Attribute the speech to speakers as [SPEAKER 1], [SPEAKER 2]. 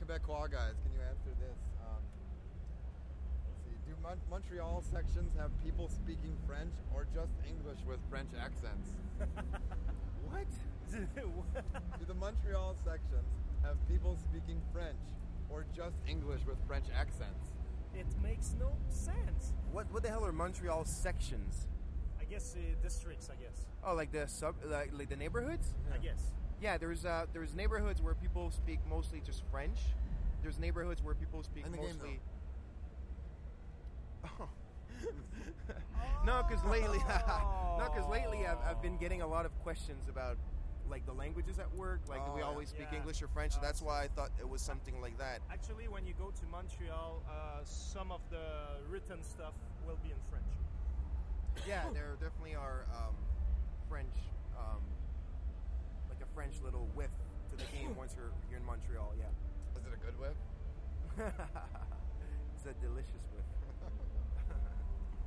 [SPEAKER 1] Quebecois uh, guys, can you answer this? Um, let's see. Do Mon- Montreal sections have people speaking French or just English with French accents? what? Do the Montreal sections have people speaking French or just English with French accents?
[SPEAKER 2] it makes no sense.
[SPEAKER 3] What what the hell are Montreal sections?
[SPEAKER 2] I guess uh, districts. I guess.
[SPEAKER 3] Oh, like the sub, like, like the neighborhoods.
[SPEAKER 2] I guess.
[SPEAKER 3] Yeah, there's uh, there's neighborhoods where people speak mostly just French. There's neighborhoods where people speak
[SPEAKER 1] In the game,
[SPEAKER 3] mostly. Oh. no, because lately, no, 'cause lately I've, I've been getting a lot of questions about like the languages at work. Like, do we
[SPEAKER 1] Oh,
[SPEAKER 3] always
[SPEAKER 2] yeah.
[SPEAKER 3] speak
[SPEAKER 2] Yeah.
[SPEAKER 3] English or French? That's why I thought it was something like that.
[SPEAKER 2] Actually, when you go to Montreal, uh, some of the written stuff will be in French.
[SPEAKER 3] yeah, there definitely are um, French, um, like a French little whiff to the game once you're you're in Montreal. Yeah,
[SPEAKER 1] Is it a good whip?
[SPEAKER 3] it's a delicious whiff.